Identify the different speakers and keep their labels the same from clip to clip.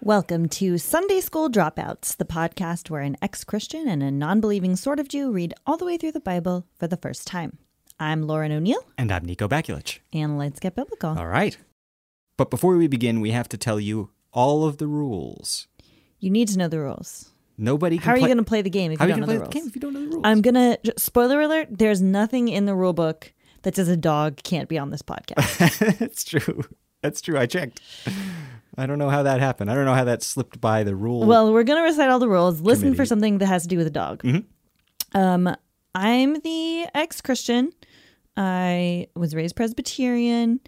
Speaker 1: Welcome to Sunday School Dropouts, the podcast where an ex Christian and a non believing sort of Jew read all the way through the Bible for the first time. I'm Lauren O'Neill,
Speaker 2: And I'm Nico Bakulich.
Speaker 1: and let's get biblical.
Speaker 2: All right. But before we begin, we have to tell you all of the rules.
Speaker 1: You need to know the rules.
Speaker 2: Nobody can
Speaker 1: How are you
Speaker 2: play-
Speaker 1: going to play the game if
Speaker 2: How
Speaker 1: you
Speaker 2: are
Speaker 1: don't know
Speaker 2: gonna
Speaker 1: the
Speaker 2: play the
Speaker 1: rules?
Speaker 2: game if you don't know the rules?
Speaker 1: I'm going to, spoiler alert, there's nothing in the rule book that says a dog can't be on this podcast.
Speaker 2: That's true. That's true. I checked. I don't know how that happened. I don't know how that slipped by the rule.
Speaker 1: well, we're going to recite all the rules. Listen for
Speaker 2: Committee. Mm-hmm.
Speaker 1: something that has to do with a dog. Um, I'm the ex Christian. I was raised Presbyterian.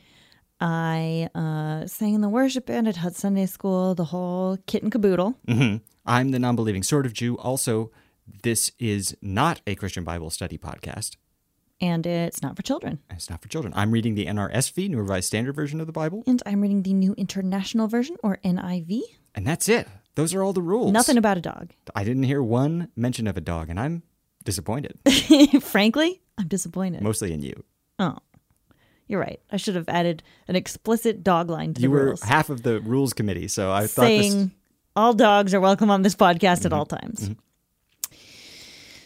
Speaker 1: I uh, sang in the worship band at Hut Sunday School, the whole kit and caboodle.
Speaker 2: Mhm. I'm the non believing sort of Jew. Also, this is not a Christian Bible study podcast.
Speaker 1: And it's not for children.
Speaker 2: It's not for children. I'm reading the NRSV, New Revised Standard Version of the Bible,
Speaker 1: And I'm reading the New International Version, or NIV.
Speaker 2: and that's it. Those are all the rules.
Speaker 1: Nothing about a dog.
Speaker 2: I didn't hear one mention of a dog, and I'm disappointed,
Speaker 1: Frankly, I'm disappointed.
Speaker 2: mostly in you.
Speaker 1: Oh, you're right. I should have added an explicit dog line to
Speaker 2: you
Speaker 1: the
Speaker 2: were
Speaker 1: rules,
Speaker 2: half of the rules committee, so I thought
Speaker 1: saying
Speaker 2: this. Mm-hmm.
Speaker 1: all dogs are welcome on this podcast at all times.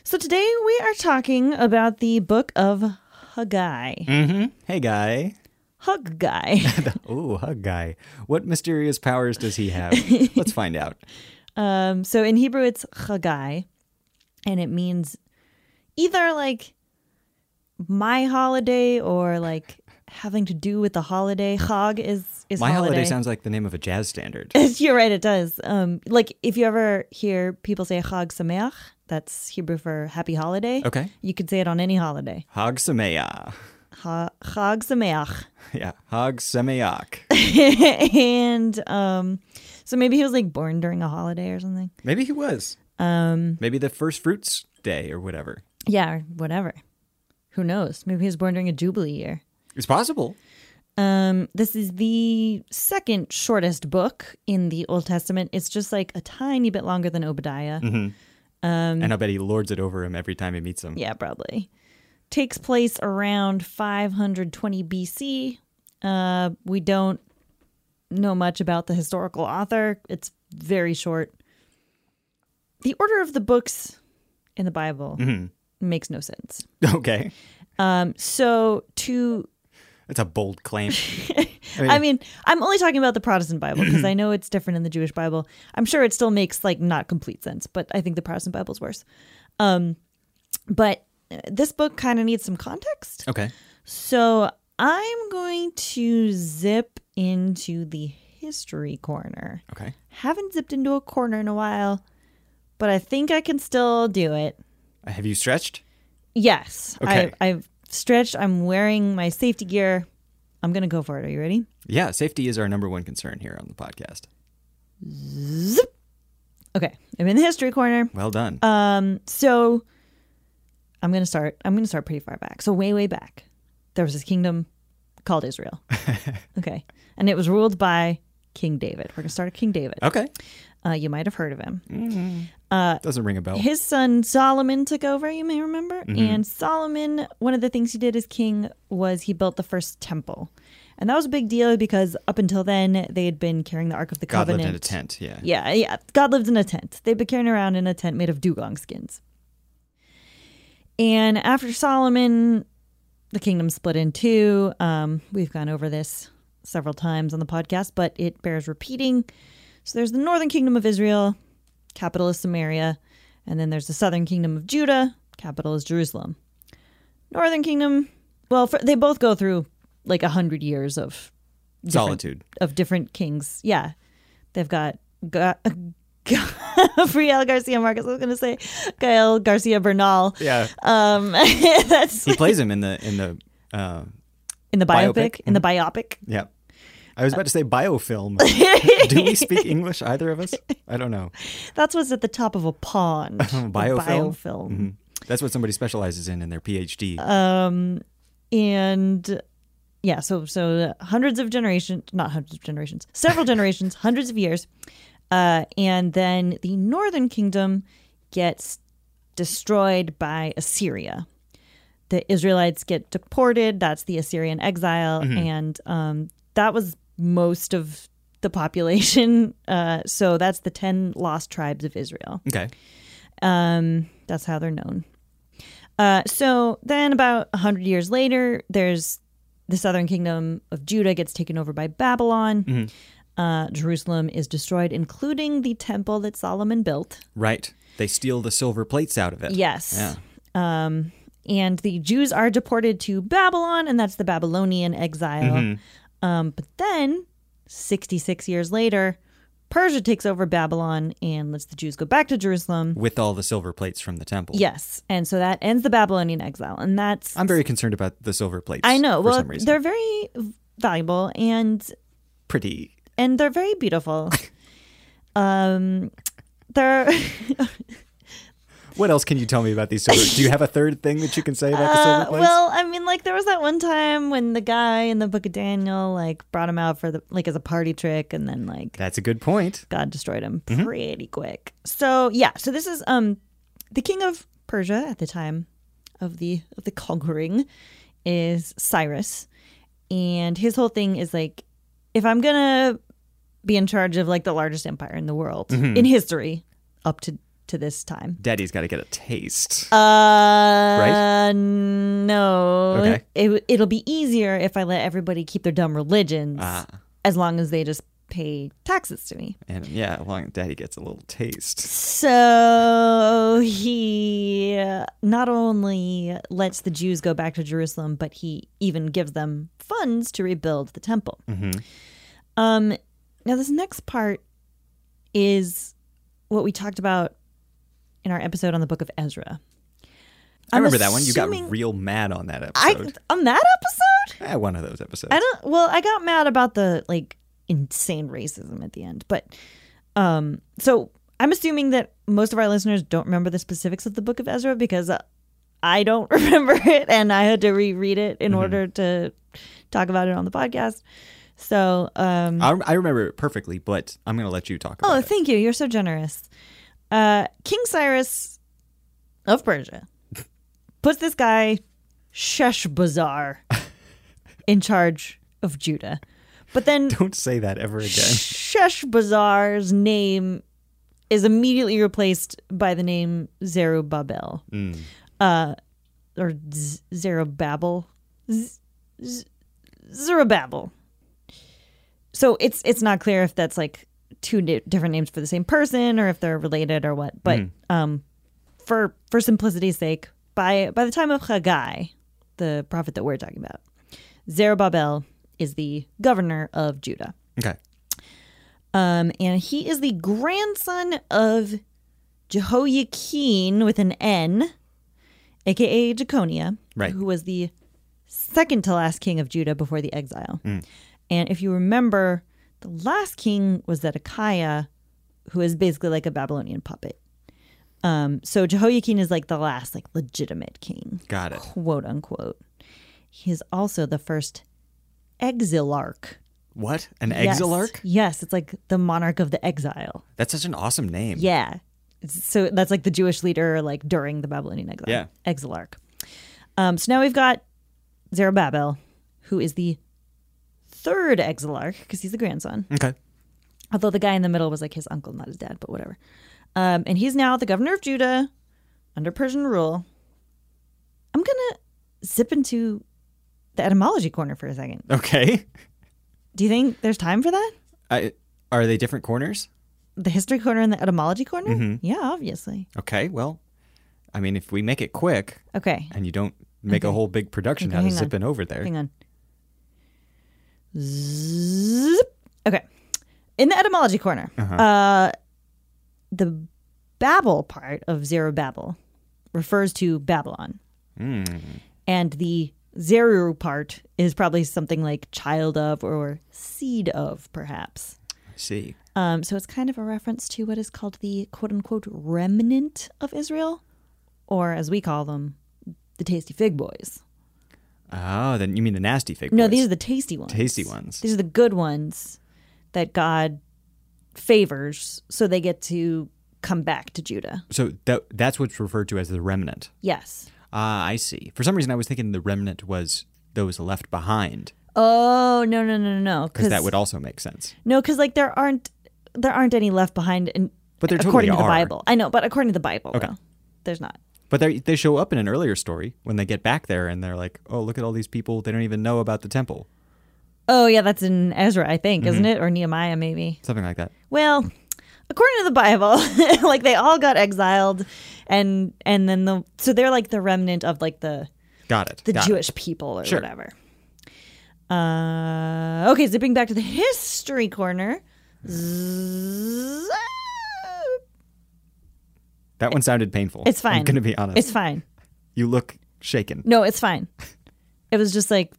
Speaker 1: So today we are talking about the book of Haggai.
Speaker 2: Mm. Hey, guy.
Speaker 1: Haggai.
Speaker 2: Oh, hug guy. What mysterious powers does he have? Let's find out.
Speaker 1: um, so in Hebrew, it's Haggai, and it means either like my holiday or like having to do with the holiday. Chag is is
Speaker 2: My holiday. sounds like the name of a jazz standard.
Speaker 1: You're right, it does. Um, like if you ever hear people say Chag Sameach, that's Hebrew for happy holiday.
Speaker 2: Okay.
Speaker 1: You could say it on any holiday.
Speaker 2: Hag Sameach.
Speaker 1: Ha- Chag Sameach.
Speaker 2: Yeah, Hag Sameach.
Speaker 1: and um, so maybe he was like born during a holiday or something.
Speaker 2: Maybe he was. Um, Maybe the first fruits day or whatever.
Speaker 1: Yeah, or whatever. Who knows? Maybe he was born during a Jubilee year.
Speaker 2: It's possible.
Speaker 1: Um, this is the second shortest book in the Old Testament. It's just like a tiny bit longer than Obadiah.
Speaker 2: and I bet he lords it over him every time he meets him.
Speaker 1: Um, Yeah, probably. Takes place around 520 BC. Uh, we don't know much about the historical author. It's very short. The order of the books in the Bible makes no sense.
Speaker 2: Okay.
Speaker 1: Um, so to
Speaker 2: That's a bold claim.
Speaker 1: I mean, I'm only talking about the Protestant Bible because I know it's different in the Jewish Bible. I'm sure it still makes like not complete sense, but I think the Protestant Bible's worse. Um, but uh, this book kind of needs some context.
Speaker 2: okay.
Speaker 1: So I'm going to zip into the history corner.
Speaker 2: Okay.
Speaker 1: Haven't zipped into a corner in a while, but I think I can still do it.
Speaker 2: Have you stretched?
Speaker 1: Yes.
Speaker 2: Okay.
Speaker 1: I, I've stretched. I'm wearing my safety gear. I'm going to go for it. Are you ready?
Speaker 2: Yeah, safety is our number one concern here on the podcast.
Speaker 1: Okay. I'm in the history corner. Um,
Speaker 2: Well done.
Speaker 1: Uh, So I'm going to start. I'm going to start pretty far back. So, way, way back, there was this kingdom called Israel. okay. And it was ruled by King David. We're going to start at King David.
Speaker 2: okay.
Speaker 1: Uh, you might have heard of him.
Speaker 2: Doesn't ring a bell.
Speaker 1: His son Solomon took over, you may remember.
Speaker 2: Mm-hmm.
Speaker 1: And Solomon, one of the things he did as king was he built the first temple. And that was a big deal because up until then, they had been carrying the Ark of the
Speaker 2: God lived
Speaker 1: Covenant.
Speaker 2: in a tent. Yeah.
Speaker 1: Yeah, yeah. God lived in a tent. They'd been carrying around in a tent made of dugong skins. And after Solomon, the kingdom split in two. Um, we've gone over this several times on the podcast, but it bears repeating. So there's the northern kingdom of Israel, capital is Samaria, and then there's the southern kingdom of Judah, capital is Jerusalem. Northern kingdom, well, for, they both go through like a hundred years of
Speaker 2: Solitude.
Speaker 1: of different kings. Yeah, they've got Ga- Gabriel Garcia Marquez. I was going to say Gael Garcia Bernal.
Speaker 2: Yeah.
Speaker 1: Um, that's
Speaker 2: he plays him in the in the uh,
Speaker 1: in the biopic.
Speaker 2: Biopic. Mm-hmm.
Speaker 1: In the biopic.
Speaker 2: yeah. I was about to say biofilm. Do we speak English, either of us? I don't know.
Speaker 1: That's what's at the top of a pond.
Speaker 2: Biofilm?
Speaker 1: Biofilm.
Speaker 2: Mhm. That's what somebody specializes in in their PhD.
Speaker 1: Uh, and yeah, so so hundreds of generations, not hundreds of generations, several generations, hundreds of years, uh, and then the northern kingdom gets destroyed by Assyria. The Israelites get deported. That's the Assyrian exile, and um, that was most of the population. Uh, so that's the 10 lost tribes of Israel.
Speaker 2: Okay.
Speaker 1: Um, that's how they're known. Uh, so then, about 100 years later, there's the southern kingdom of Judah gets taken over by Babylon. Uh, Jerusalem is destroyed, including the temple that Solomon built.
Speaker 2: Right. They steal the silver plates out of it.
Speaker 1: Yes.
Speaker 2: Yeah.
Speaker 1: Um, and the Jews are deported to Babylon, and that's the Babylonian exile. Um, but then, 66 years later, Persia takes over Babylon and lets the Jews go back to Jerusalem.
Speaker 2: With all the silver plates from the temple.
Speaker 1: Yes. And so that ends the Babylonian exile. And that's,
Speaker 2: I'm very concerned about the silver plates.
Speaker 1: I know,
Speaker 2: For
Speaker 1: well,
Speaker 2: some reason.
Speaker 1: they're very valuable and
Speaker 2: pretty.
Speaker 1: and they're very beautiful. um, they're.
Speaker 2: What else can you tell me about these silver? Do you have a third thing that you can say about the
Speaker 1: Uh,
Speaker 2: silver plates?
Speaker 1: well, I mean, like there was that one time when the guy in the Book of Daniel like brought him out for the like as a party trick, and then like
Speaker 2: That's a good point.
Speaker 1: God destroyed him
Speaker 2: Mm-hmm.
Speaker 1: pretty quick. So yeah, so this is um the king of Persia at the time of the of the conquering is Cyrus, and his whole thing is like, if I'm gonna be in charge of like the largest empire in the world
Speaker 2: Mm-hmm.
Speaker 1: in history up to to this time,
Speaker 2: Daddy's got to get a taste.
Speaker 1: uh,
Speaker 2: Right?
Speaker 1: No.
Speaker 2: Okay.
Speaker 1: It, it'll be easier if I let everybody keep their dumb religions
Speaker 2: Ah.
Speaker 1: as long as they just pay taxes to me.
Speaker 2: and yeah, well, Daddy gets a little taste.
Speaker 1: So he not only lets the Jews go back to Jerusalem, but he even gives them funds to rebuild the temple.
Speaker 2: Mm-hmm.
Speaker 1: Um, now, this next part is what we talked about in our episode on the book of Ezra.
Speaker 2: I
Speaker 1: I'm
Speaker 2: remember that one. You
Speaker 1: assuming-
Speaker 2: got real mad on that
Speaker 1: I
Speaker 2: episode.
Speaker 1: on that episode?
Speaker 2: Eh, one of those episodes.
Speaker 1: I don't. Well, I got mad about the like insane racism at the end, but um, so I'm assuming that most of our listeners don't remember the specifics of the Book of Ezra because uh, I don't remember it, and I had to reread it in order to talk about it on the podcast. So, um,
Speaker 2: I, I remember it perfectly, but I'm going to let you talk about
Speaker 1: oh,
Speaker 2: it.
Speaker 1: thank you. You're so generous. Uh, King Cyrus of Persia puts this guy Sheshbazzar in charge of Judah, but then
Speaker 2: Don't say that ever again.
Speaker 1: Sheshbazzar's name is immediately replaced by the name Zerubbabel, uh, or Z- Zerubbabel, Z- Z- Zerubbabel. So it's it's not clear if that's like two ni- different names for the same person or if they're related or what. But um, for for simplicity's sake, by by the time of Haggai, the prophet that we're talking about, Zerubbabel is the governor of Judah.
Speaker 2: okay.
Speaker 1: Um, and he is the grandson of Jehoiakim with an N, aka Jeconia,
Speaker 2: Right.
Speaker 1: who was the second to last king of Judah before the exile. And if you remember, the last king was Zedekiah, who is basically like a Babylonian puppet. Um, so Jehoiakim is like the last, like legitimate king,
Speaker 2: Got it.
Speaker 1: quote unquote. He is also the first exilarch.
Speaker 2: What? An
Speaker 1: Yes.
Speaker 2: exilarch?
Speaker 1: Yes. it's like the monarch of the exile.
Speaker 2: That's such an awesome name.
Speaker 1: Yeah. It's- So that's like the Jewish leader, like during the Babylonian exile.
Speaker 2: Yeah.
Speaker 1: Exilarch. Um, so now we've got Zerubbabel, who is the third exilarch because he's the grandson.
Speaker 2: Okay.
Speaker 1: Although the guy in the middle was like his uncle, not his dad, but whatever. Um, and he's now the governor of Judah under Persian rule. I'm going to zip into the etymology corner for a second.
Speaker 2: Okay.
Speaker 1: Do you think there's time for that?
Speaker 2: I, are they different corners?
Speaker 1: the history corner and the etymology corner? Yeah, obviously.
Speaker 2: Okay. Well, I mean, if we make it quick
Speaker 1: Okay,
Speaker 2: and you don't make a whole big production
Speaker 1: Okay,
Speaker 2: out of
Speaker 1: hang on.
Speaker 2: zipping over there.
Speaker 1: hang on. Zzzp. Okay, in the etymology corner, uh the Babel part of Zerubbabel refers to Babylon, and the Zeru part is probably something like child of or seed of, perhaps.
Speaker 2: See.
Speaker 1: Um, so it's kind of a reference to what is called the quote unquote remnant of Israel, or as we call them, the tasty fig boys.
Speaker 2: Oh, then you mean the nasty fig
Speaker 1: No,
Speaker 2: boys.
Speaker 1: these are the tasty ones.
Speaker 2: Tasty ones.
Speaker 1: These are the good ones that God favors, so they get to come back to Judah.
Speaker 2: So that, that's what's referred to as the remnant.
Speaker 1: Yes.
Speaker 2: Ah, I see. For some reason, I was thinking the remnant was those left behind
Speaker 1: Oh no no no no no
Speaker 2: because that would also make sense.
Speaker 1: no because like there aren't there aren't any left behind in
Speaker 2: But there totally
Speaker 1: according to the
Speaker 2: are.
Speaker 1: Bible. I know, but according to the Bible,
Speaker 2: Okay.
Speaker 1: though, there's not.
Speaker 2: But they they show up in an earlier story when they get back there and they're like, oh, look at all these people. They don't even know about the temple,
Speaker 1: Oh yeah, that's in Ezra, I think,
Speaker 2: Mm-hmm.
Speaker 1: isn't it, or Nehemiah maybe?
Speaker 2: something like that.
Speaker 1: Well, according to the Bible, like they all got exiled, and and then the so they're like the remnant of like the
Speaker 2: Got it.
Speaker 1: the
Speaker 2: Got it.
Speaker 1: Jewish people or
Speaker 2: Sure.
Speaker 1: whatever. Uh, okay, zipping back to the history corner. Zzz-
Speaker 2: That one sounded painful.
Speaker 1: It's fine.
Speaker 2: I'm gonna be honest.
Speaker 1: It's fine.
Speaker 2: you look shaken.
Speaker 1: No, it's fine. It was just like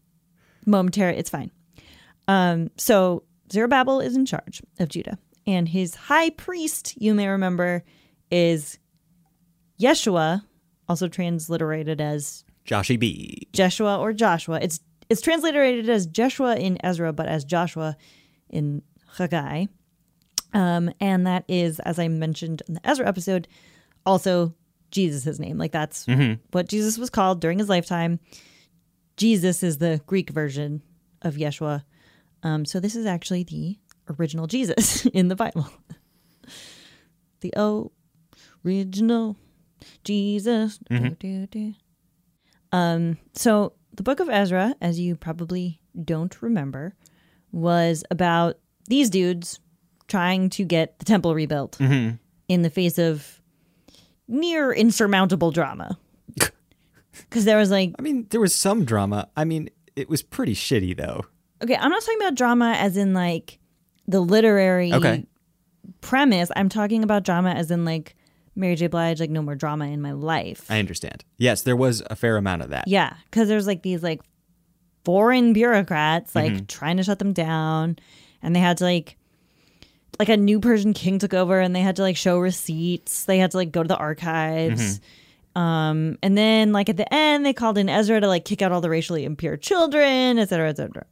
Speaker 1: momentary. It's fine. Um, so Zerubbabel is in charge of Judah, and his high priest, you may remember, is Yeshua, also transliterated as
Speaker 2: Joshy B.
Speaker 1: Jeshua or Joshua. It's it's transliterated as Jeshua in Ezra, but as Joshua in Haggai. Um, and that is, as I mentioned in the Ezra episode, also Jesus' name. Like that's what Jesus was called during his lifetime. Jesus is the Greek version of Yeshua. Um, so this is actually the original Jesus in the Bible. the O original Jesus. Do, do, do. So, the book of Ezra, as you probably don't remember, was about these dudes trying to get the temple rebuilt in the face of near insurmountable drama. Because there was like,
Speaker 2: I mean, there was some drama. I mean, it was pretty shitty though.
Speaker 1: okay, I'm not talking about drama as in like the literary
Speaker 2: Okay.
Speaker 1: premise. I'm talking about drama as in like Mary J. Blige, like no more drama in my life.
Speaker 2: I understand. Yes, there was a fair amount of that.
Speaker 1: Yeah, because there's like these like foreign bureaucrats like trying to shut them down, and they had to like like a new Persian king took over, and they had to like show receipts. They had to like go to the archives. Um, and then like at the end, they called in Ezra to like kick out all the racially impure children, et cetera, et cetera.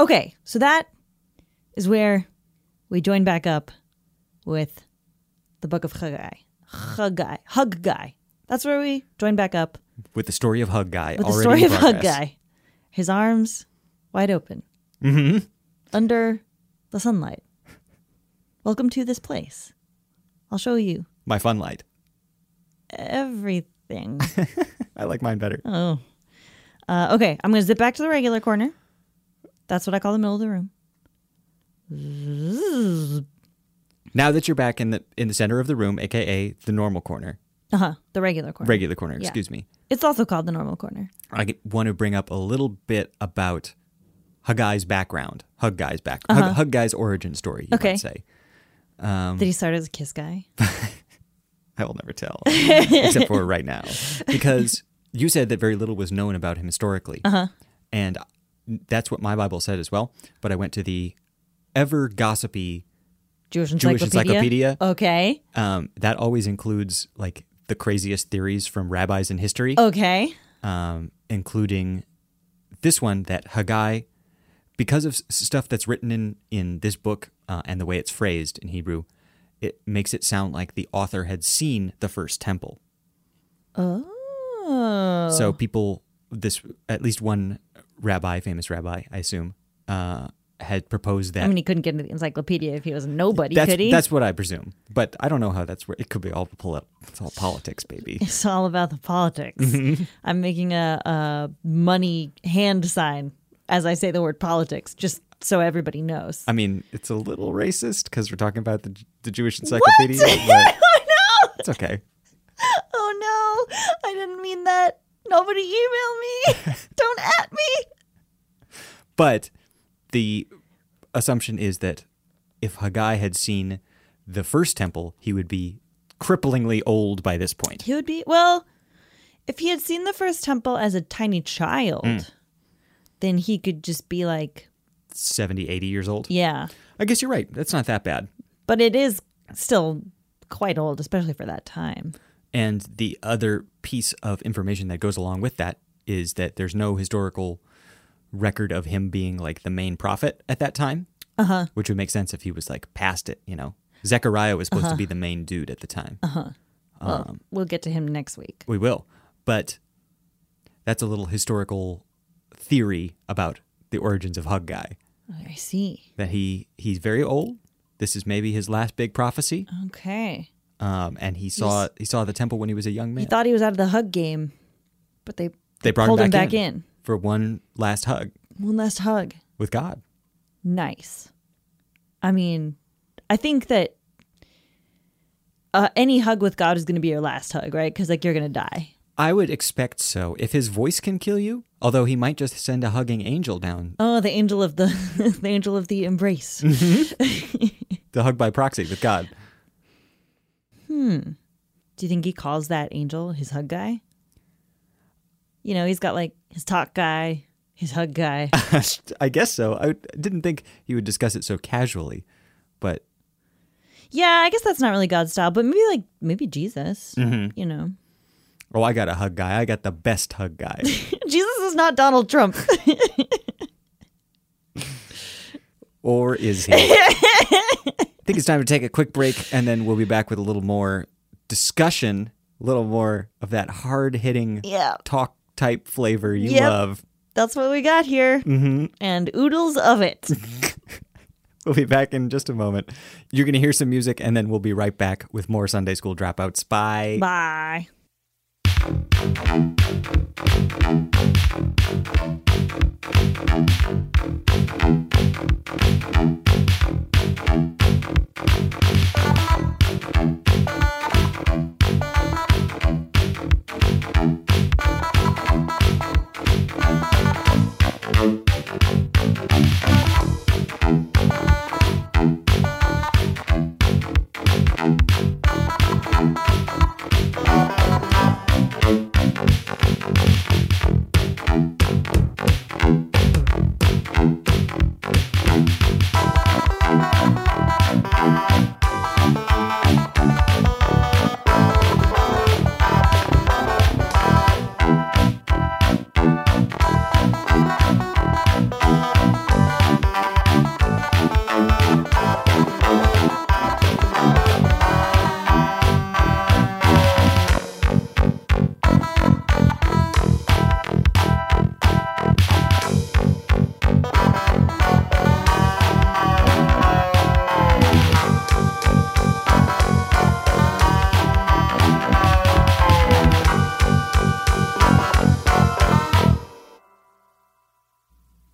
Speaker 1: Okay, so that is where we join back up with the book of Haggai. Haggai. Haggai. That's where we join back up
Speaker 2: With the story of Hug Guy
Speaker 1: with
Speaker 2: already.
Speaker 1: the story
Speaker 2: in
Speaker 1: of Hug
Speaker 2: progress.
Speaker 1: Guy. His arms wide open. Mm-hmm. Under the sunlight. Welcome to this place. I'll show you
Speaker 2: My fun light.
Speaker 1: everything.
Speaker 2: I like mine better.
Speaker 1: uh, okay, I'm going to zip back to the regular corner. That's what I call the middle of the room.
Speaker 2: Now that you're back in the in the center of the room, aka the normal corner,
Speaker 1: Uh huh. The regular corner.
Speaker 2: regular corner,
Speaker 1: Yeah.
Speaker 2: excuse me.
Speaker 1: it's also called the normal corner.
Speaker 2: I get- want to bring up a little bit about Huggai's background, Huggai's back, Hug Huggai's origin story. You
Speaker 1: Uh-huh. Okay.
Speaker 2: might say Um,
Speaker 1: Did he start as a kiss guy?
Speaker 2: I will never tell, except for right now, because you said that very little was known about him historically, uh-huh. and that's what my Bible said as well. But I went to the ever gossipy.
Speaker 1: Jewish
Speaker 2: Jewish
Speaker 1: encyclopedia.
Speaker 2: encyclopedia.
Speaker 1: Okay.
Speaker 2: Um, that always includes like the craziest theories from rabbis in history.
Speaker 1: Okay.
Speaker 2: um, including this one that Haggai, because of s- stuff that's written in in this book uh, and the way it's phrased in Hebrew, it makes it sound like the author had seen the first temple.
Speaker 1: Oh.
Speaker 2: So people, this at least one rabbi, famous rabbi, I assume, uh, had proposed that.
Speaker 1: I mean, he couldn't get into the encyclopedia if he was a nobody,
Speaker 2: that's
Speaker 1: could he?
Speaker 2: that's what I presume, but I don't know how that's where it could be all poli- it's all politics, baby.
Speaker 1: It's all about the politics. I'm making a, a money hand sign as I say the word politics, just so everybody knows.
Speaker 2: I mean, it's a little racist because we're talking about the, the Jewish encyclopedia. But it's okay.
Speaker 1: Oh no, I didn't mean that. Nobody email me. Don't at me.
Speaker 2: But the assumption is that if Haggai had seen the first temple, he would be cripplingly old by this point.
Speaker 1: He would be, well, if he had seen the first temple as a tiny child, then he could just be like,
Speaker 2: 70, 80 years old.
Speaker 1: yeah.
Speaker 2: I guess you're right. That's not that bad.
Speaker 1: But it is still quite old, especially for that time.
Speaker 2: And the other piece of information that goes along with that is that there's no historical record of him being like the main prophet at that time, uh-huh. which would make sense if he was like past it, you know. Zechariah was supposed to be the main dude at the time.
Speaker 1: Well, we'll get to him next week.
Speaker 2: We will. But that's a little historical theory about the origins of Hug Guy.
Speaker 1: I see.
Speaker 2: That he he's very old. This is maybe his last big prophecy.
Speaker 1: Okay.
Speaker 2: Um, and he saw he saw the temple when he was a young man.
Speaker 1: He thought he was out of the hug game, but they
Speaker 2: they brought
Speaker 1: pulled
Speaker 2: him
Speaker 1: him
Speaker 2: back,
Speaker 1: back in.
Speaker 2: for one last hug
Speaker 1: one last hug.
Speaker 2: with God.
Speaker 1: Nice. I mean, I think that uh, any hug with God is going to be your last hug, right? Because like you're going to die.
Speaker 2: I would expect so. If his voice can kill you, although he might just send a hugging angel down
Speaker 1: Oh, the angel of the the angel of the embrace.
Speaker 2: to hug by proxy with God.
Speaker 1: Do you think he calls that angel his hug guy? You know, he's got like his talk guy, his hug guy.
Speaker 2: I guess so. I didn't think he would discuss it so casually, but
Speaker 1: yeah, I guess that's not really God's style, but maybe like maybe Jesus.
Speaker 2: Mm-hmm.
Speaker 1: You know,
Speaker 2: oh, I got a hug guy. I got the best hug guy.
Speaker 1: Jesus is not Donald Trump.
Speaker 2: or is he? I think it's time to take a quick break, and then we'll be back with a little more discussion, a little more of that hard hitting
Speaker 1: Yeah.
Speaker 2: talk type flavor you
Speaker 1: Yep.
Speaker 2: love.
Speaker 1: that's what we got here, mm-hmm. and oodles of it.
Speaker 2: We'll be back in just a moment. You're going to hear some music, and then we'll be right back with more Sunday School Dropouts. Bye.
Speaker 1: Bye.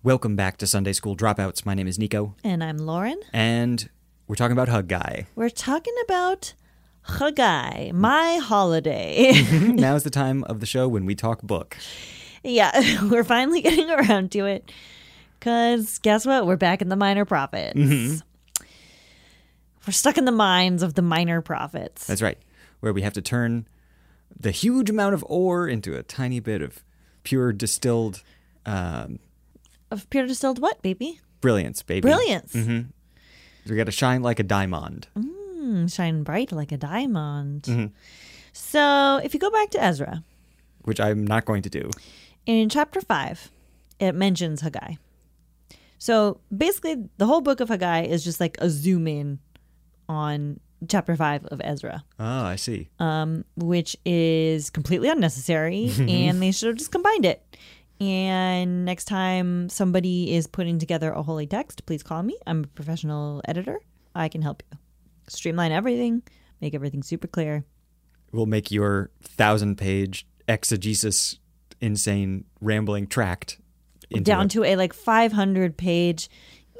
Speaker 2: Welcome back to Sunday School Dropouts. My name is Nico,
Speaker 1: And I'm Lauren.
Speaker 2: and we're talking about Hug Guy.
Speaker 1: We're talking about Haggai, my holiday.
Speaker 2: Now's the time of the show when we talk book.
Speaker 1: yeah, we're finally getting around to it. Because guess what? We're back in the minor prophets. We're stuck in the minds of the minor prophets.
Speaker 2: That's right, where we have to turn the huge amount of ore into a tiny bit of pure distilled um,
Speaker 1: Of pure distilled what, baby?
Speaker 2: brilliance, baby.
Speaker 1: Brilliance.
Speaker 2: We got to shine like a diamond.
Speaker 1: Mm, Shine bright like a diamond. So if you go back to Ezra,
Speaker 2: which I'm not going to do.
Speaker 1: in chapter 5 it mentions haggai so basically the whole book of haggai is just like a zoom in on chapter 5 of ezra
Speaker 2: Oh, I see.
Speaker 1: which is completely unnecessary and they should have just combined it and next time somebody is putting together a holy text please call me i'm a professional editor i can help you streamline everything make everything super clear
Speaker 2: we'll make your thousand page exegesis, insane, rambling tract into
Speaker 1: down
Speaker 2: a-
Speaker 1: to a like 500 page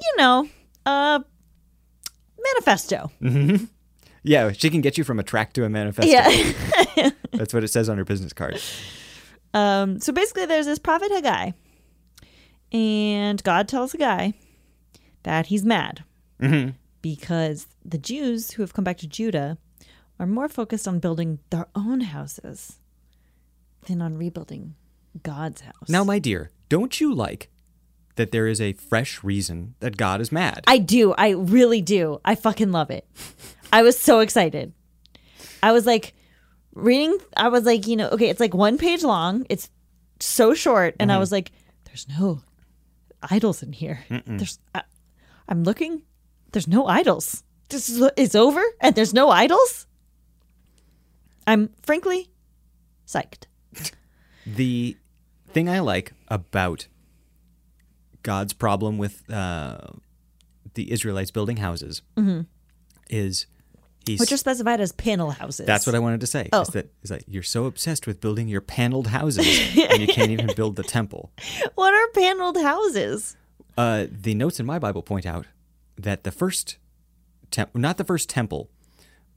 Speaker 1: you know uh manifesto
Speaker 2: yeah, she can get you from a tract to a manifesto.
Speaker 1: yeah
Speaker 2: That's what it says on her business card.
Speaker 1: um so basically there's this prophet haggai and god tells haggai that he's mad because the jews who have come back to judah are more focused on building their own houses than on rebuilding god's house
Speaker 2: Now, my dear, don't you like that there is a fresh reason that God is mad?
Speaker 1: I do. I really do. I fucking love it. I was so excited. I was like reading I was like, you know, okay, it's like one page long. It's so short and I was like there's no idols in here. There's I, I'm looking. There's no idols. This is it's over and there's no idols? I'm frankly psyched.
Speaker 2: the thing I like about God's problem with uh, the Israelites building houses is he's
Speaker 1: which are specified as panel houses.
Speaker 2: that's what I wanted to say.
Speaker 1: Oh.
Speaker 2: Is that is that you're so obsessed with building your paneled houses and you can't even build the temple.
Speaker 1: what are paneled houses?
Speaker 2: Uh, the notes in my Bible point out that the first temp- not the first temple,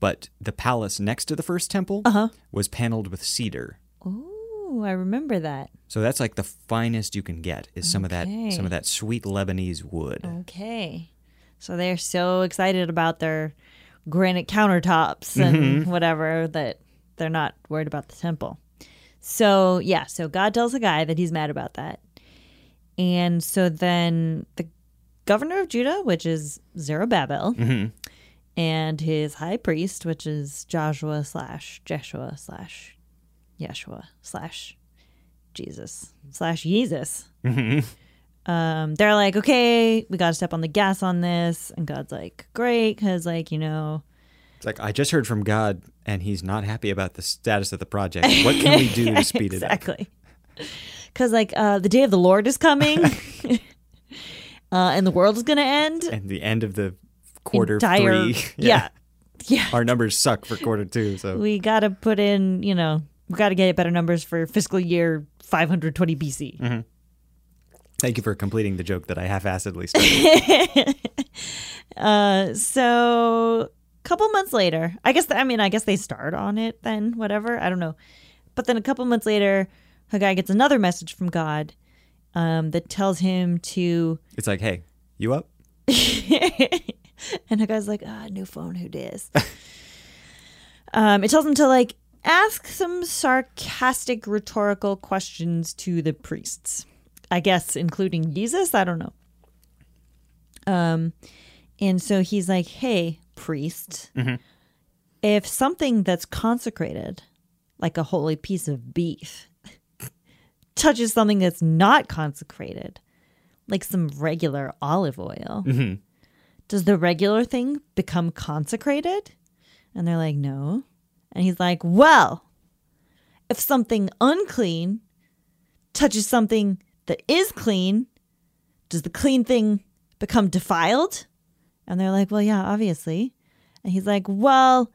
Speaker 2: but the palace next to the first temple was paneled with cedar.
Speaker 1: Oh, I remember that.
Speaker 2: So that's like the finest you can get is some of
Speaker 1: Okay. Oh.
Speaker 2: that some of that sweet Lebanese wood.
Speaker 1: Okay. So they're so excited about their granite countertops and whatever that they're not worried about the temple. So, yeah, so God tells the guy that he's mad about that. And so then the governor of Judah, which is Zerubbabel, and his high priest, which is Joshua slash Jeshua slash Yeshua slash Jesus slash Jesus. Um, they're like, okay, we got to step on the gas on this. And God's like, great, because, like, you know,
Speaker 2: It's like I just heard from God and he's not happy about the status of the project. What can we do to speed it up?
Speaker 1: exactly. Because, like, uh, the day of the Lord is coming uh, and the world is going to end.
Speaker 2: And the end of the quarter
Speaker 1: Entire-
Speaker 2: three.
Speaker 1: Yeah. Yeah.
Speaker 2: Our numbers suck for quarter two, so
Speaker 1: We got to put in, you know, we got to get better numbers for fiscal year 520 BC.
Speaker 2: thank you for completing the joke that I half assedly started.
Speaker 1: Uh, so a couple months later i guess i mean i guess they start on it then whatever i don't know but then a couple months later haggai gets another message from god um, that tells him to
Speaker 2: It's like, hey, you up?
Speaker 1: and Haggai's like ah new phone who dis um, it tells him to like ask some sarcastic rhetorical questions to the priests i guess including jesus i don't know Um, And so he's like, hey, priest, if something that's consecrated, like a holy piece of beef, touches something that's not consecrated, like some regular olive oil, does the regular thing become consecrated? And they're like, no. And he's like, well, if something unclean touches something that is clean, does the clean thing become defiled? And they're like, well, yeah, obviously. And he's like, well,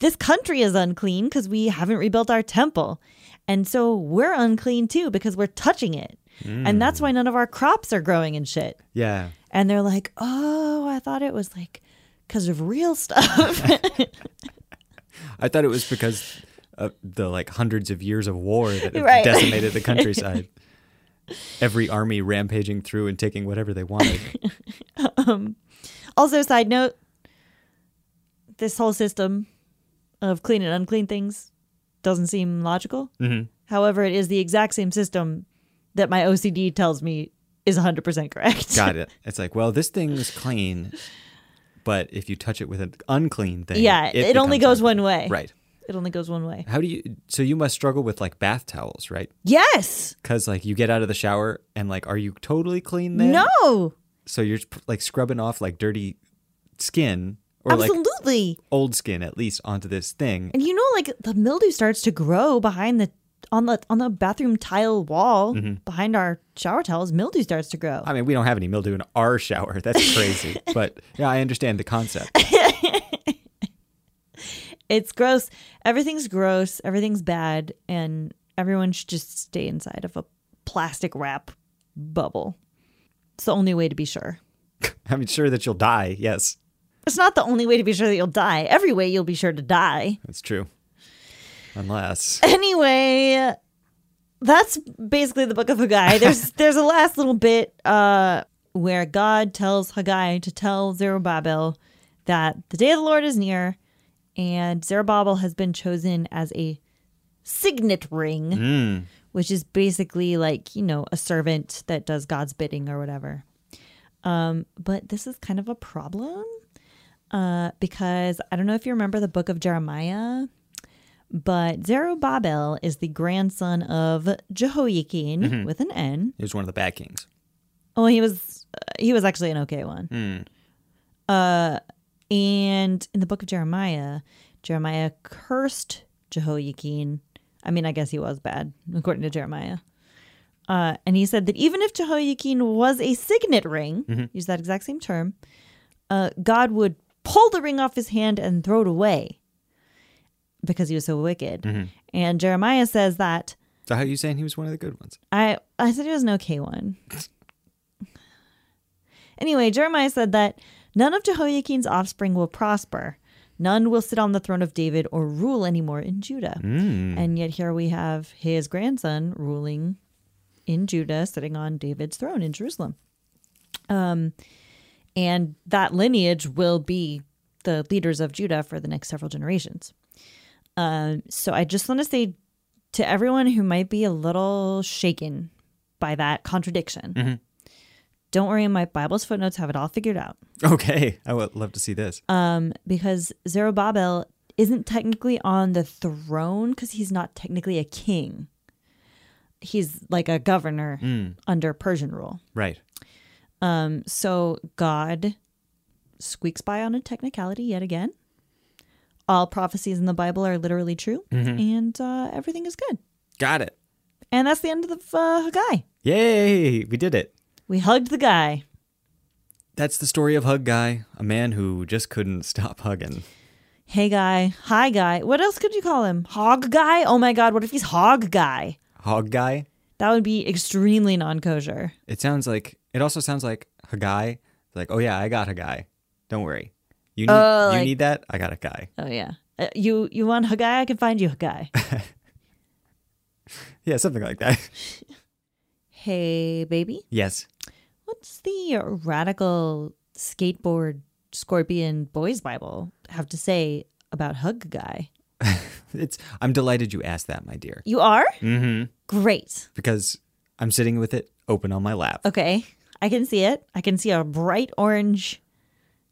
Speaker 1: this country is unclean because we haven't rebuilt our temple. And so we're unclean too because we're touching it. And that's why none of our crops are growing and shit.
Speaker 2: Yeah.
Speaker 1: And they're like, oh, I thought it was like because of real stuff.
Speaker 2: I thought it was because of the like hundreds of years of war that have
Speaker 1: Right.
Speaker 2: decimated the countryside. Every army rampaging through and taking whatever they wanted.
Speaker 1: also, side note this whole system of clean and unclean things doesn't seem logical.
Speaker 2: Mm-hmm.
Speaker 1: However, it is the exact same system that my OCD tells me is 100% correct.
Speaker 2: Got it. It's like, well, this thing is clean, but if you touch it with an unclean thing,
Speaker 1: Yeah, it, only
Speaker 2: becomes
Speaker 1: goes one way.
Speaker 2: Right.
Speaker 1: It only goes one way.
Speaker 2: How do you? So you must struggle with like bath towels, right?
Speaker 1: Yes.
Speaker 2: Because like you get out of the shower and like, are you totally clean then?
Speaker 1: No.
Speaker 2: So you're like scrubbing off like dirty skin or like
Speaker 1: Absolutely.
Speaker 2: old skin at least onto this thing.
Speaker 1: and you know like the mildew starts to grow behind the on the on the bathroom tile wall behind our shower towels, mildew starts to grow.
Speaker 2: I mean, we don't have any mildew in our shower. That's crazy. but yeah, I understand the concept.
Speaker 1: It's gross. Everything's gross. Everything's bad, and everyone should just stay inside of a plastic wrap bubble. It's the only way to be sure.
Speaker 2: I'm sure that you'll die. Yes,
Speaker 1: It's not the only way to be sure that you'll die. Every way you'll be sure to die.
Speaker 2: that's true. Unless
Speaker 1: anyway, that's basically the book of Haggai. There's there's a last little bit uh, where God tells Haggai to tell Zerubbabel that the day of the Lord is near, and Zerubbabel has been chosen as a signet ring, which is basically like you know a servant that does God's bidding or whatever. Um, but this is kind of a problem uh, because I don't know if you remember the book of Jeremiah but Zerubbabel is the grandson of Jehoiakim with an N.
Speaker 2: it was one of the bad kings.
Speaker 1: Oh, he was uh, he was actually an okay one. Uh, and in the book of Jeremiah, Jeremiah cursed Jehoiakim. I mean, I guess he was bad according to Jeremiah. Uh, and he said that even if Jehoiakim was a signet ring, use that exact same term, uh, God would pull the ring off his hand and throw it away because he was so wicked. And Jeremiah says that
Speaker 2: So how are you saying he was one of the good ones?
Speaker 1: I I said he was an okay one. anyway, Jeremiah said that none of Jehoiakim's offspring will prosper. None will sit on the throne of David or rule anymore in Judah. And yet here we have his grandson ruling in Judah, sitting on David's throne in Jerusalem. Um, and that lineage will be the leaders of Judah for the next several generations. Um, so I just want to say to everyone who might be a little shaken by that contradiction, don't worry, my Bible's footnotes have it all figured out
Speaker 2: Okay, I would love to see this.
Speaker 1: Uh, because Zerubbabel isn't technically on the throne because he's not technically a king. He's like a governor under Persian rule.
Speaker 2: right.
Speaker 1: Um, so God squeaks by on a technicality yet again. All prophecies in the Bible are literally true, and uh, everything is good.
Speaker 2: Got it.
Speaker 1: And that's the end of the uh, guy.
Speaker 2: Yay, we did it.
Speaker 1: We hugged the guy.
Speaker 2: That's the story of Hug Guy, a man who just couldn't stop hugging.
Speaker 1: Hey guy, hi guy. What else could you call him? Hog guy? Oh my god, what if he's hog guy?
Speaker 2: Hog Guy?
Speaker 1: That would be extremely non kosher.
Speaker 2: It sounds like it also sounds like Haggai. Like, oh yeah, I got Haggai. Don't worry. You need
Speaker 1: Oh,
Speaker 2: you
Speaker 1: like-
Speaker 2: need that? I got a guy.
Speaker 1: Oh yeah. Uh, you you want Haggai? I can find you Haggai.
Speaker 2: Yeah, something like that.
Speaker 1: hey baby,
Speaker 2: yes.
Speaker 1: what's the radical skateboard scorpion boys Bible have to say about Hug Guy?
Speaker 2: It's I'm delighted you asked that, my dear.
Speaker 1: You are? Mm-hmm. Great.
Speaker 2: Because I'm sitting with it open on my lap.
Speaker 1: Okay. I can see it. I can see a bright orange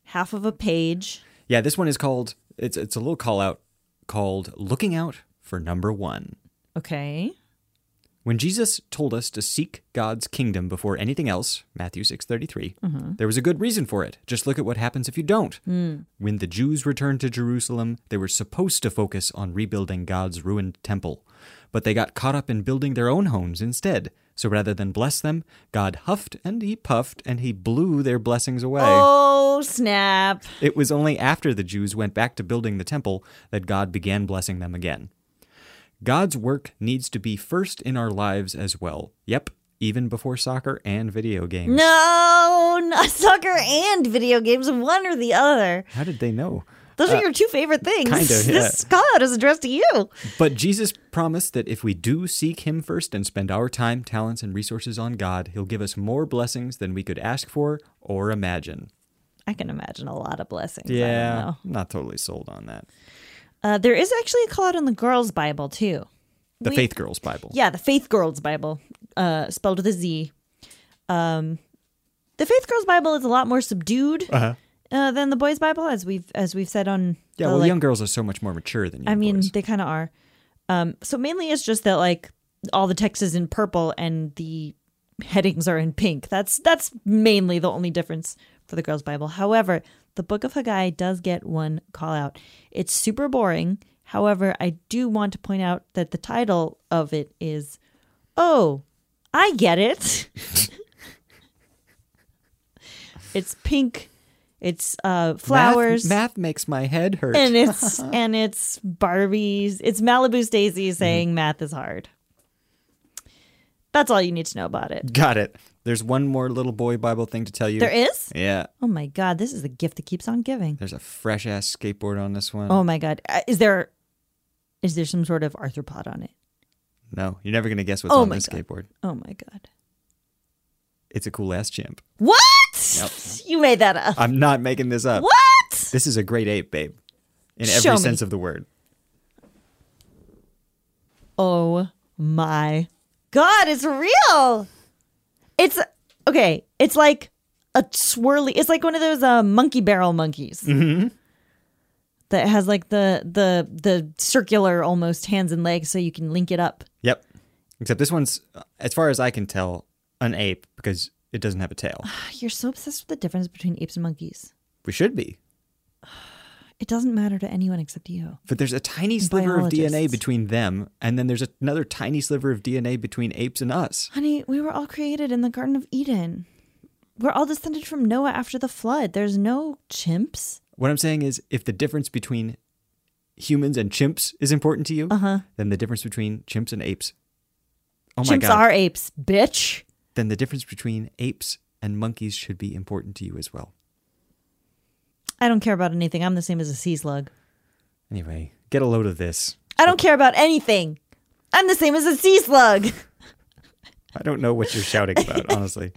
Speaker 1: half of a page.
Speaker 2: Yeah, this one is called it's it's a little call out called Looking Out for Number 1.
Speaker 1: Okay.
Speaker 2: When Jesus told us to seek God's kingdom before anything else, Matthew 6:33, there was a good reason for it. Just look at what happens if you don't. When the Jews returned to Jerusalem, they were supposed to focus on rebuilding God's ruined temple, but they got caught up in building their own homes instead. So rather than bless them, God huffed and he puffed and he blew their blessings away.
Speaker 1: Oh snap.
Speaker 2: It was only after the Jews went back to building the temple that God began blessing them again. God's work needs to be first in our lives as well. Yep, even before soccer and video games.
Speaker 1: No, not soccer and video games, one or the other.
Speaker 2: How did they know?
Speaker 1: Those are your two favorite things.
Speaker 2: Uh, kinda, yeah.
Speaker 1: This call-out is addressed to you.
Speaker 2: But Jesus promised that if we do seek Him first and spend our time, talents, and resources on God, He'll give us more blessings than we could ask for or imagine.
Speaker 1: I can imagine a lot of blessings. I don't
Speaker 2: Yeah,
Speaker 1: know.
Speaker 2: I'm not totally sold on that.
Speaker 1: Uh, there is actually a call-out in the girls' Bible, too.
Speaker 2: The
Speaker 1: We-
Speaker 2: Faith Girls Bible.
Speaker 1: Yeah, the Faith Girls Bible, uh, spelled with a Z. Um, the Faith Girls Bible is a lot more subdued uh, than the Boys Bible, as we've as we've said on.
Speaker 2: Uh-huh. Yeah,
Speaker 1: the,
Speaker 2: well,
Speaker 1: like,
Speaker 2: young girls are so much more mature than young
Speaker 1: I mean,
Speaker 2: boys.
Speaker 1: they kind of are. Um, so mainly it's just that like all the text is in purple and the headings are in pink. That's that's mainly the only difference for the girls' Bible. However, the Book of Haggai does get one call out. It's super boring. However, I do want to point out that the title of it is "Oh, I get it." it's pink. It's uh, flowers
Speaker 2: Math, math makes my head hurt.
Speaker 1: and it's and it's Barbie's. It's Malibu Stacy saying math is hard. That's all you need to know about it.
Speaker 2: Got it. There's one more little boy Bible thing to tell you.
Speaker 1: There is.
Speaker 2: Yeah.
Speaker 1: Oh my god, this is the gift that keeps on giving.
Speaker 2: There's a fresh ass skateboard on this one.
Speaker 1: Oh my god, Uh, is there is there some sort of arthropod on it?
Speaker 2: No, you're never going to guess what's
Speaker 1: Oh
Speaker 2: on
Speaker 1: my
Speaker 2: this
Speaker 1: God.
Speaker 2: skateboard.
Speaker 1: Oh my god,
Speaker 2: It's a cool ass chimp.
Speaker 1: what? You made that up.
Speaker 2: I'm not making this up.
Speaker 1: What?
Speaker 2: This is a great ape, babe. In every
Speaker 1: Show me.
Speaker 2: sense of the word.
Speaker 1: Oh my god, it's real. It's okay. It's like a swirly. It's like one of those uh, monkey barrel monkeys
Speaker 2: Mm-hmm.
Speaker 1: that has like the the the circular almost hands and legs, so you can link it up.
Speaker 2: Yep. Except this one's, uh, as far as I can tell, an ape because it doesn't
Speaker 1: Ah,
Speaker 2: have a tail.
Speaker 1: You're so obsessed with the difference between apes and monkeys.
Speaker 2: We should be.
Speaker 1: It doesn't matter to anyone except you.
Speaker 2: But there's a tiny sliver of DNA
Speaker 1: Biologists.
Speaker 2: between them, and then there's another tiny sliver of DNA between apes and us.
Speaker 1: Honey, we were all created in the Garden of Eden. We're all descended from Noah after the flood. There's no chimps.
Speaker 2: What I'm saying is, if the difference between humans and chimps is important to you,
Speaker 1: Uh-huh.
Speaker 2: then the difference between chimps and apes. Oh my
Speaker 1: chimps
Speaker 2: god!
Speaker 1: are apes, bitch.
Speaker 2: Then the difference between apes and monkeys should be important to you as well.
Speaker 1: I don't care about anything. I'm the same as a sea slug.
Speaker 2: Anyway, get a load of this.
Speaker 1: I don't care about anything. I'm the same as a sea slug.
Speaker 2: I don't know what you're shouting about, honestly.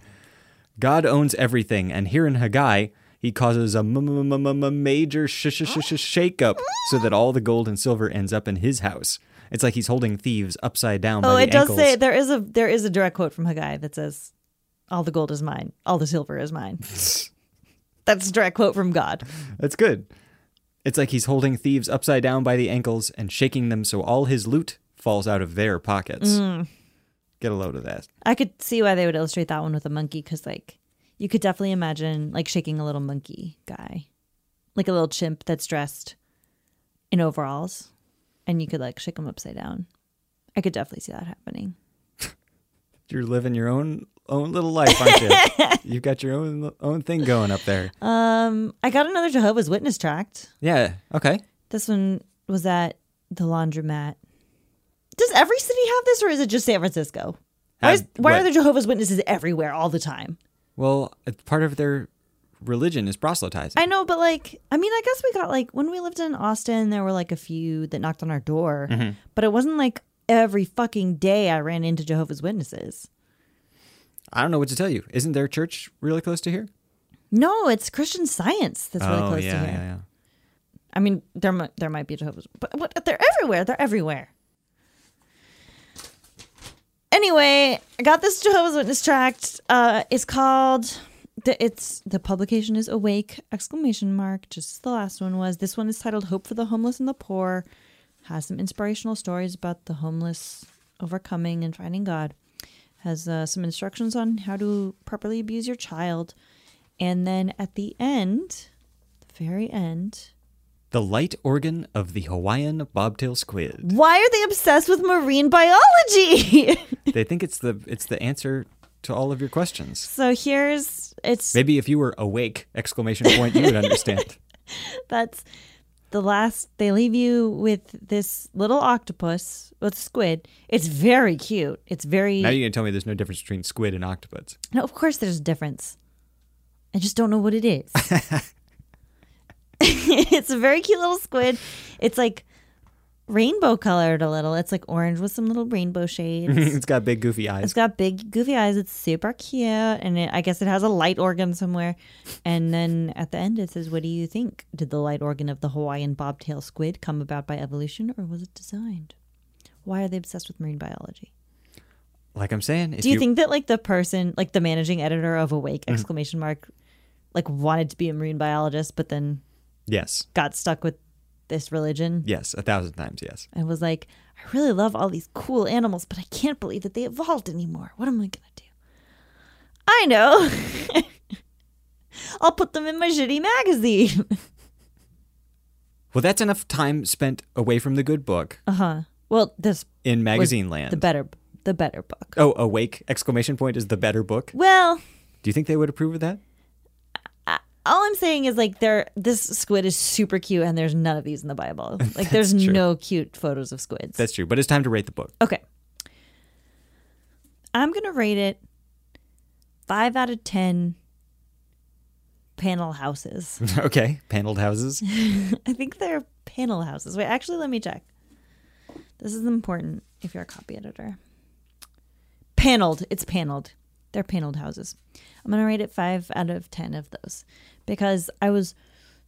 Speaker 2: God owns everything, and here in Haggai, he causes a m- m- m- m- m- major sh- sh- sh- sh- shakeup so that all the gold and silver ends up in his house. It's like he's holding thieves upside down
Speaker 1: Oh,
Speaker 2: by
Speaker 1: it
Speaker 2: the
Speaker 1: does
Speaker 2: ankles.
Speaker 1: say there is a there is a direct quote from Haggai that says, "All the gold is mine, all the silver is mine." That's a direct quote from God.
Speaker 2: That's good. It's like he's holding thieves upside down by the ankles and shaking them so all his loot falls out of their pockets.
Speaker 1: Mm.
Speaker 2: Get a load of that.
Speaker 1: I could see why they would illustrate that one with a monkey because, like, you could definitely imagine like shaking a little monkey guy, like a little chimp that's dressed in overalls, and you could like shake him upside down. I could definitely see that happening.
Speaker 2: You're living your own own little life, aren't you? You've got your own own thing going up there.
Speaker 1: Um, I got another Jehovah's Witness tract.
Speaker 2: Yeah. Okay.
Speaker 1: This one was at the laundromat. Does every city have this, or is it just San Francisco? Why, is,
Speaker 2: Have
Speaker 1: why are
Speaker 2: what?
Speaker 1: there Jehovah's Witnesses everywhere all the time?
Speaker 2: Well, it's part of their religion is proselytizing.
Speaker 1: I know, but like, I mean, I guess we got like when we lived in Austin, there were like a few that knocked on our door,
Speaker 2: Mm-hmm.
Speaker 1: but it wasn't like every fucking day I ran into Jehovah's Witnesses.
Speaker 2: I don't know what to tell you. Isn't their church really close to here?
Speaker 1: No, it's Christian Science that's really close to here.
Speaker 2: Oh, yeah.
Speaker 1: I mean, there might there might be Jehovah's, but what, they're everywhere. They're everywhere. Anyway, I got this Jehovah's Witness tract. Uh, it's called. The, it's the publication is awake exclamation mark just as the last one was this one is titled hope for the homeless and the poor has some inspirational stories about the homeless overcoming and finding god has uh, some instructions on how to properly abuse your child and then at the end the very end
Speaker 2: The light organ of the Hawaiian bobtail squid.
Speaker 1: why are they obsessed with marine biology?
Speaker 2: they think it's the it's the answer to all of your questions.
Speaker 1: so here's it's
Speaker 2: Maybe if you were awake exclamation point you would understand.
Speaker 1: that's the last they leave you with this little octopus with squid. It's very cute. It's very
Speaker 2: now you're going to tell me there's no difference between squid and octopus.
Speaker 1: No, of course there's a difference. I just don't know what it is. it's a very cute little squid. It's like rainbow colored a little. It's like orange with some little rainbow shades.
Speaker 2: it's got big goofy eyes.
Speaker 1: It's got big goofy eyes. It's super cute, and it, I guess it has a light organ somewhere. And then at the end, it says, "What do you think? Did the light organ of the Hawaiian bobtail squid come about by evolution, or was it designed? Why are they obsessed with marine biology?
Speaker 2: Like I'm saying, if
Speaker 1: Do you, think that like the person, like the managing editor of Awake exclamation mark, like wanted to be a marine biologist, but then
Speaker 2: yes,
Speaker 1: got stuck with this religion
Speaker 2: yes, a thousand times yes.
Speaker 1: and was like, I really love all these cool animals, but I can't believe that they evolved anymore. What am I going to do? I know. I'll put them in my shitty magazine.
Speaker 2: Well, that's enough time spent away from the good book
Speaker 1: Uh huh. Well, this
Speaker 2: in
Speaker 1: was
Speaker 2: magazine land.
Speaker 1: the better, the better book.
Speaker 2: oh, awake exclamation point is the better book.
Speaker 1: Well,
Speaker 2: Do you think they would approve of that?
Speaker 1: all I'm saying is like there, this squid is super cute, and there's none of these in the Bible. Like there's
Speaker 2: true.
Speaker 1: no cute photos of squids.
Speaker 2: That's true, but it's time to rate the book.
Speaker 1: Okay. I'm going to rate it 5 out of 10 panel houses.
Speaker 2: okay, paneled houses.
Speaker 1: I think they're panel houses. Wait, actually, let me check. This is important if you're a copy editor. Paneled. It's paneled. They're paneled houses. I'm going to rate it 5 out of 10 of those because I was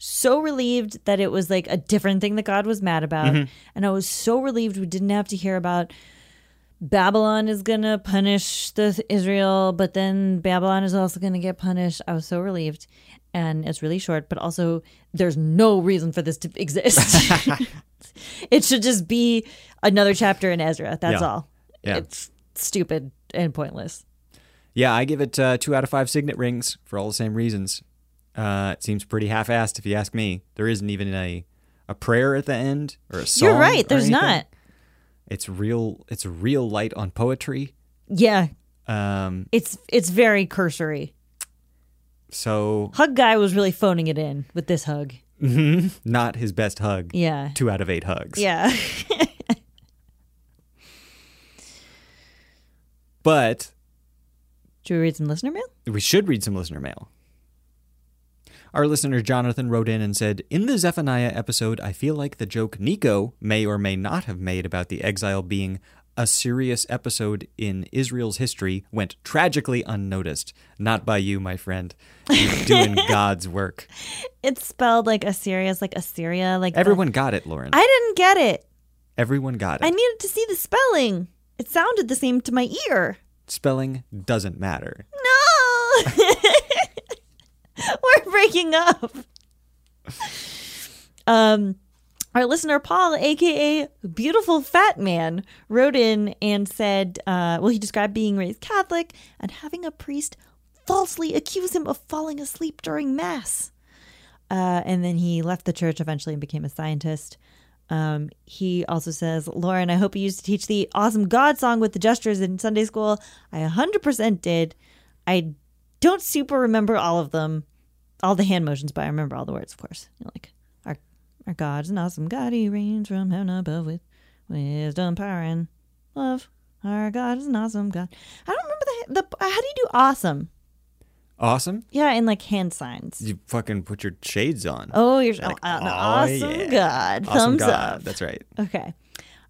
Speaker 1: so relieved that it was like a different thing that God was mad about. And I was so relieved we didn't have to hear about Babylon is going to punish the Israel, but then Babylon is also going to get punished. I was so relieved. And it's really short, but also there's no reason for this to exist. it should just be another chapter in Ezra. That's
Speaker 2: Yeah.
Speaker 1: all.
Speaker 2: Yeah.
Speaker 1: It's stupid and pointless.
Speaker 2: Yeah, I give it uh, two out of five signet rings for all the same reasons. Uh, it seems pretty half-assed, if you ask me. There isn't even a a prayer at the end or a song.
Speaker 1: You're right.
Speaker 2: or
Speaker 1: There's
Speaker 2: anything.
Speaker 1: not.
Speaker 2: It's real. It's a real light on poetry.
Speaker 1: Yeah,
Speaker 2: Um,
Speaker 1: it's it's very cursory.
Speaker 2: so
Speaker 1: Hug guy was really phoning it in with this hug.
Speaker 2: not his best hug.
Speaker 1: Yeah.
Speaker 2: Two out of eight hugs.
Speaker 1: Yeah.
Speaker 2: But
Speaker 1: Should we read some listener mail?
Speaker 2: we should read some listener mail. Our listener Jonathan wrote in and said, In the Zephaniah episode, I feel like the joke Nico may or may not have made about the exile being a serious episode in Israel's history went tragically unnoticed. Not by you, my friend. You're doing God's work.
Speaker 1: It's spelled like Assyria's, like Assyria, like the-
Speaker 2: Everyone got it, Lauren.
Speaker 1: I didn't get it.
Speaker 2: Everyone got it.
Speaker 1: I needed to see the spelling. It sounded the same to my ear.
Speaker 2: Spelling doesn't matter.
Speaker 1: No. We're breaking up. Um our listener Paul, aka Beautiful Fat Man, wrote in and said, uh, well, he described being raised Catholic and having a priest falsely accuse him of falling asleep during Mass. Uh, and then he left the church eventually and became a scientist. Um, he also says, Lauren, I hope you used to teach the awesome God song with the gestures in Sunday school. I 100% did. I don't super remember all of them, all the hand motions, but I remember all the words, of course. You know, like, our, our God's an awesome God. He reigns from heaven above with wisdom, power, and love. Our God is an awesome God. I don't remember the, the uh, how do you do awesome?
Speaker 2: Awesome.
Speaker 1: Yeah, in like hand signs.
Speaker 2: You fucking put your shades on.
Speaker 1: Oh, you're oh, an
Speaker 2: "Oh,
Speaker 1: awesome
Speaker 2: yeah.
Speaker 1: God.
Speaker 2: awesome
Speaker 1: Thumbs
Speaker 2: God.
Speaker 1: up.
Speaker 2: That's right.
Speaker 1: Okay.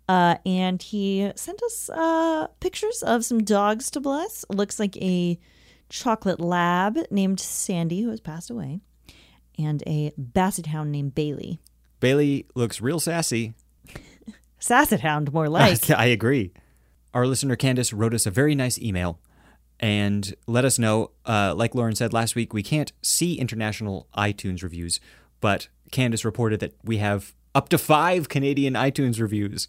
Speaker 1: Uh, and he sent us uh, pictures of some dogs to bless. Looks like a chocolate lab named Sandy, who has passed away, and a basset hound named Bailey.
Speaker 2: Bailey looks real sassy.
Speaker 1: Sasset hound, more like.
Speaker 2: I agree. Our listener Candace wrote us a very nice email and let us know. Uh, like Lauren said last week, we can't see international iTunes reviews, but Candace reported that we have up to five Canadian iTunes reviews.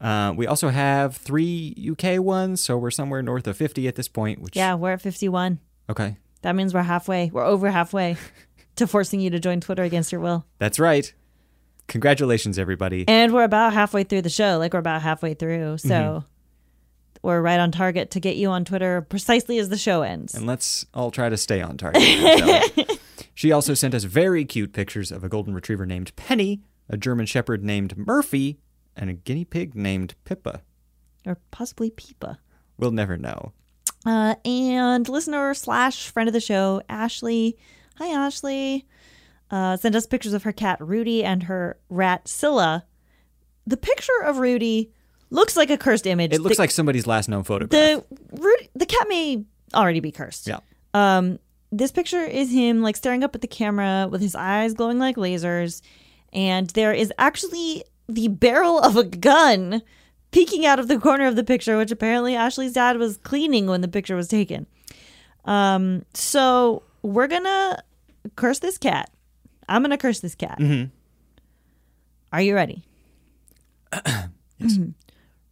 Speaker 2: Uh, we also have three UK ones, so we're somewhere north of 50 at this point, which.
Speaker 1: yeah, we're at 51.
Speaker 2: Okay.
Speaker 1: That means we're halfway. We're over halfway to forcing you to join Twitter against your will.
Speaker 2: That's right. Congratulations, everybody.
Speaker 1: And we're about halfway through the show. Like, we're about halfway through. So we're right on target to get you on Twitter precisely as the show ends.
Speaker 2: And let's all try to stay on target. here, shall we? she also sent us very cute pictures of a golden retriever named Penny, a German shepherd named Murphy, and a guinea pig named Pippa.
Speaker 1: or possibly Peepa.
Speaker 2: We'll never know.
Speaker 1: Uh, and listener slash friend of the show, Ashley. Hi, Ashley. Uh, sent us pictures of her cat Rudy and her rat Scylla. The picture of Rudy looks like a cursed image.
Speaker 2: It looks
Speaker 1: the,
Speaker 2: like somebody's last known photograph.
Speaker 1: the Rudy, the cat may already be cursed.
Speaker 2: yeah.
Speaker 1: Um, this picture is him like staring up at the camera with his eyes glowing like lasers, and there is actually the barrel of a gun peeking out of the corner of the picture, which apparently Ashley's dad was cleaning when the picture was taken. Um, so we're gonna curse this cat. I'm gonna curse this cat. Are you ready?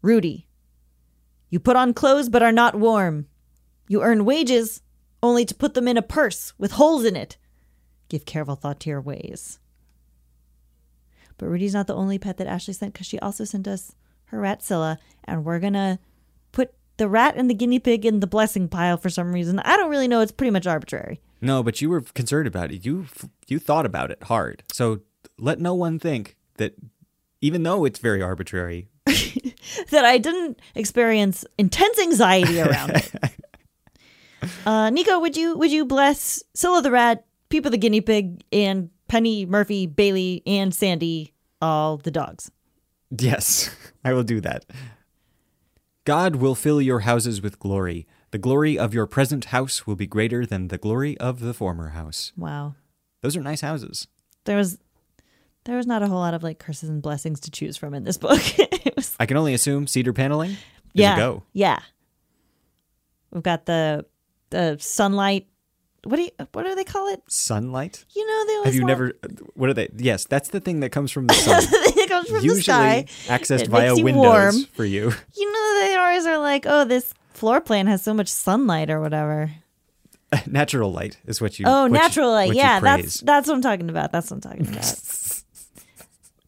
Speaker 1: Rudy, you put on clothes but are not warm. You earn wages only to put them in a purse with holes in it. Give careful thought to your ways. But Rudy's not the only pet that Ashley sent because she also sent us her rat Scylla, and we're gonna put the rat and the guinea pig in the blessing pile for some reason. I don't really know. It's pretty much arbitrary.
Speaker 2: No, but you were concerned about it. You you thought about it hard. So let no one think that even though it's very arbitrary,
Speaker 1: that I didn't experience intense anxiety around it. Uh, Nico, would you would you bless Scylla the rat, Peepa the guinea pig, and Penny Murphy, Bailey, and Sandy, all the dogs?
Speaker 2: Yes, I will do that. God will fill your houses with glory. The glory of your present house will be greater than the glory of the former house.
Speaker 1: Wow,
Speaker 2: Those are nice houses.
Speaker 1: there was there was not a whole lot of like curses and blessings to choose from in this book. it was
Speaker 2: I can only assume cedar paneling is
Speaker 1: yeah,
Speaker 2: a go.
Speaker 1: yeah. We've got the the sunlight. What do you, what do they call it?
Speaker 2: Sunlight?
Speaker 1: You know they always
Speaker 2: Have you
Speaker 1: want-
Speaker 2: never? What are they? Yes, that's the thing that comes from the sun.
Speaker 1: it comes from
Speaker 2: Usually
Speaker 1: the sky.
Speaker 2: accessed
Speaker 1: It
Speaker 2: via
Speaker 1: makes you
Speaker 2: windows
Speaker 1: warm.
Speaker 2: for you.
Speaker 1: You know, they always are like, oh, this floor plan has so much sunlight or whatever.
Speaker 2: natural light is what you.
Speaker 1: Oh,
Speaker 2: what you-
Speaker 1: natural light.
Speaker 2: what you
Speaker 1: Yeah, that's
Speaker 2: praise.
Speaker 1: that's what I'm talking about. That's what I'm talking about.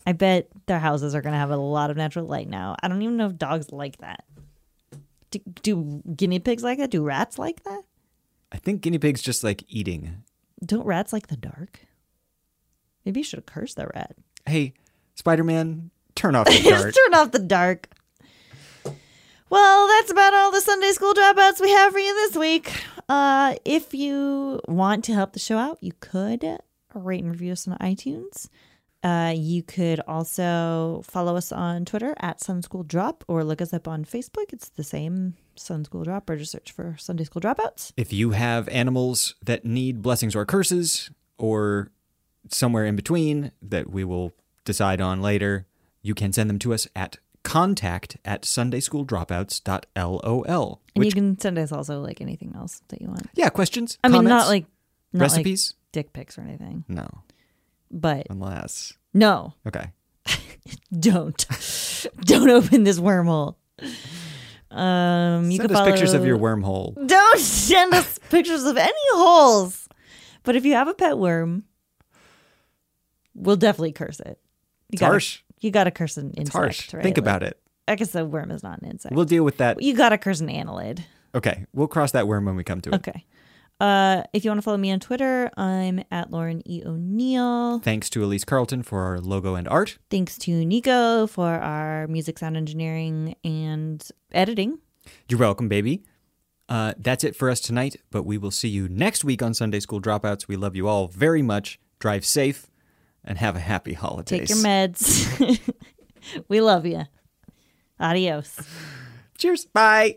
Speaker 1: I bet their houses are going to have a lot of natural light now. I don't even know if dogs like that. Do, do guinea pigs like that? Do rats like that?
Speaker 2: I think guinea pigs just like eating.
Speaker 1: Don't rats like the dark? Maybe you should have cursed the rat.
Speaker 2: Hey, Spider Man, turn off the dart.
Speaker 1: Just turn off the dark. Well, that's about all the Sunday school dropouts we have for you this week. Uh, if you want to help the show out, you could rate and review us on iTunes. Uh, you could also follow us on Twitter at Sun School Drop or look us up on Facebook. It's the same Sun School Drop or just search for Sunday School Dropouts.
Speaker 2: if you have animals that need blessings or curses or somewhere in between that we will decide on later, you can send them to us at contact at sundaysschooldropouts.lol.
Speaker 1: And
Speaker 2: Which,
Speaker 1: you can send us also like anything else that you want.
Speaker 2: yeah, questions?
Speaker 1: I mean, not
Speaker 2: comments,
Speaker 1: like not like
Speaker 2: recipes?
Speaker 1: dick pics or anything,
Speaker 2: no,
Speaker 1: but
Speaker 2: unless.
Speaker 1: no,
Speaker 2: Okay.
Speaker 1: don't don't open this wormhole um you
Speaker 2: send
Speaker 1: can
Speaker 2: us pictures of
Speaker 1: follow-
Speaker 2: your wormhole.
Speaker 1: don't send us pictures of any holes but if you have a pet worm we'll definitely curse it you
Speaker 2: It's
Speaker 1: gotta,
Speaker 2: harsh.
Speaker 1: you gotta curse an insect
Speaker 2: It's harsh.
Speaker 1: right
Speaker 2: Think
Speaker 1: Like,
Speaker 2: about it.
Speaker 1: i guess the worm is not an insect
Speaker 2: We'll deal with that.
Speaker 1: you gotta curse an annelid
Speaker 2: Okay. We'll cross that worm when we come to it.
Speaker 1: okay uh if you want to follow me on twitter i'm at lauren e o'neill
Speaker 2: Thanks to Elise Carlton for our logo and art.
Speaker 1: thanks to nico for our music sound engineering and editing
Speaker 2: You're welcome, baby. Uh, that's it for us tonight, but we will see you next week on Sunday School Dropouts. We love you all very much. Drive safe and have a happy holidays.
Speaker 1: Take your meds. we love you. Adios.
Speaker 2: Cheers. Bye.